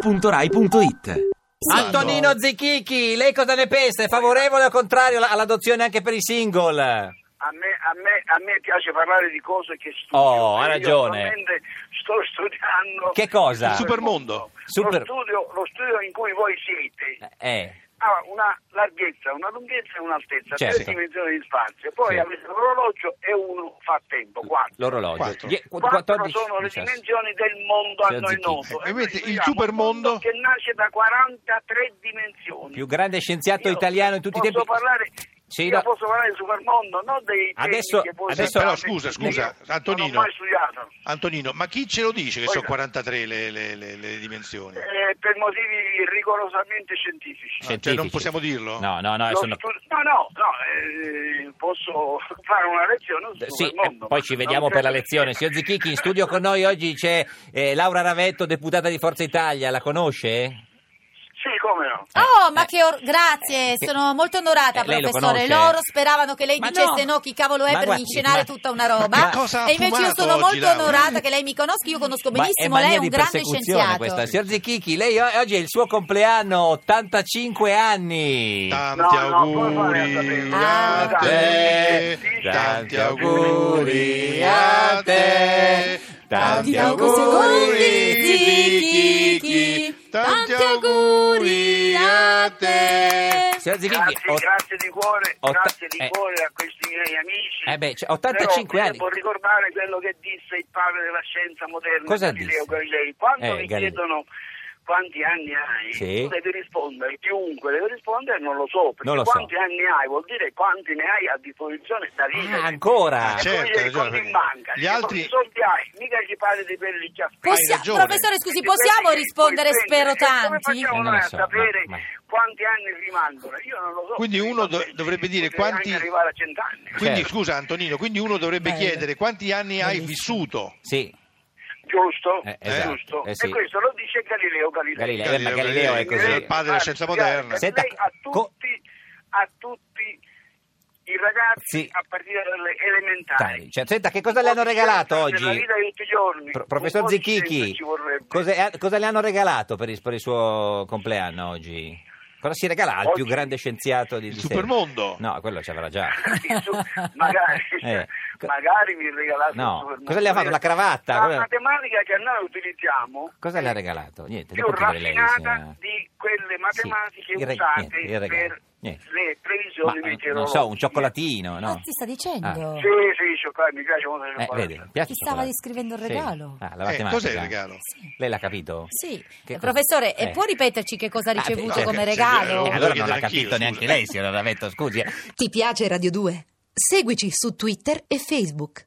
radio2pod.rai.it Antonino Zichichi, lei cosa ne pensa? È favorevole o contrario alla- all'adozione anche per i single? A me, a, me, a me piace parlare di cose che studio. Oh, ha Io ragione. attualmente Sto studiando. Che cosa? Il Supermondo. Super- Lo, studio, lo studio in cui voi siete Eh, ha una larghezza, una lunghezza e un'altezza, Certo. tre dimensioni di spazio. Poi Sì. avete l'orologio e uno fa tempo. Quattro. l'orologio. Quattro. Die- qu- Quattro 14, sono le 16. dimensioni del mondo a Signor noi Zicchini. noto. Eh, invece il E noi viviamo in un supermondo- mondo che nasce da 43 dimensioni. Più grande scienziato Io italiano in tutti i posso tempi. Parlare, Sì, io no. posso parlare del supermondo, non dei temi Adesso- che voi adesso- pensate. Però scusa, scusa, Io Non ho Antonino. mai studiato. Antonino, ma chi ce lo dice che Poi- sono 43 le, le- le- le dimensioni? Eh, per motivi rigorosamente scientifici. Sì, Cioè, non possiamo dirlo? No, no, Ah, no, Lo sono- stu- no, no, no, eh, posso fare una lezione sul Sì, eh, supermondo. poi ci vediamo Non per la credo- lezione. Signor Zichichi, in studio con noi oggi c'è eh, Laura Ravetto, deputata di Forza Italia. La conosce? Sì, come no? Eh, Oh, ma che or- grazie, Che- sono molto onorata, Eh, lei lo professore. conosce? Loro speravano che lei Ma dicesse no. no, chi cavolo è Ma per guardi, incenare ma- tutta una ma roba. che cosa ha e invece io fumato sono oggi, molto Laura? onorata che lei mi conosca, io conosco Ma benissimo, mania lei è di un grande persecuzione scienziato. Questa. Signor Zichichi, lei o- oggi è il suo compleanno, 85 anni. Tanti No, no, come fai a auguri sapere? a Ah. te, Sì. tanti auguri a te, tanti auguri di Kiki, tanti auguri a te. Signor Zichichi, Grazie, ho- grazie di cuore, otta- grazie di eh. cuore a questi miei amici. Eh beh, cioè, 85 Però anni. Devo ricordare quello che disse il padre della scienza moderna, Cosa Galileo disse? Galilei. Quando Eh, mi Galilei. chiedono quanti anni hai, Sì. tu devi rispondere, chiunque deve rispondere non lo so, perché Non lo so. quanti anni hai vuol dire quanti ne hai a disposizione cioè, da vivere. Ah, ancora? Ah, E certo, hai poi gli ragione, conti perché in banca. gli Gli altri- altri cioè, soldi hai, mica gli pare di quelli già Possi- Hai ragione. professore, scusi, possiamo rispondere spero tanti? Come Eh, facciamo non lo noi a so, sapere ma- ma- quanti anni rimangono? Io non lo so. Quindi uno do- Potrei- dovrebbe dire potrei quanti- anche arrivare a cent'anni. Quindi Certo. scusa Antonino, quindi uno dovrebbe chiedere quanti anni hai vissuto? Sì, Giusto? Eh, esatto, Giusto. eh sì. E questo lo dice Galileo Galilei. Galilei. Eh, ma Galileo è così. Galileo il padre della scienza moderna. Senta, Lei a tutti, co- a tutti i ragazzi Sì. a partire dalle elementari. tali. Cioè, senta, che cosa le hanno regalato Un po' di scienza oggi? Nella vita di tutti i giorni. Pro- Un professor po' di scienza Zichichi, ci vorrebbe. cosa, cosa le hanno regalato per il, per il suo compleanno oggi? Cosa si regala al più Oggi? grande scienziato di Il di supermondo. sempre? No, quello ci avrà già. Il su- magari, Eh, co- magari mi regalate No, il supermercato. cosa le ha fatto, la cravatta? La Cosa- matematica che noi utilizziamo Cosa le ha regalato? Niente, più dopo ti direi lei, raffinata signora. di quelle matematiche Sì, il re- usate niente, il regalo, per niente. le Ma, previsioni eh, meteorologiche. non so, un cioccolatino, no? Ah. Cosa Ah, sta dicendo? Sì, sì, cioccolati, mi piace molto il Eh, cioccolato. vede, piace Ti il stava cioccolato. descrivendo il Sì. regalo. Ah, la Eh, matematica. cos'è il regalo? Sì. Lei l'ha capito? Sì. Che cosa- Eh, professore, e Eh. può ripeterci che cosa ha ricevuto certo. come Sì, regalo? eh, Eh, allora non l'ha Anch'io, capito scusa. neanche lei, signora Ravetto, scusi. eh. Ti piace Radio 2? Seguici su Twitter e Facebook.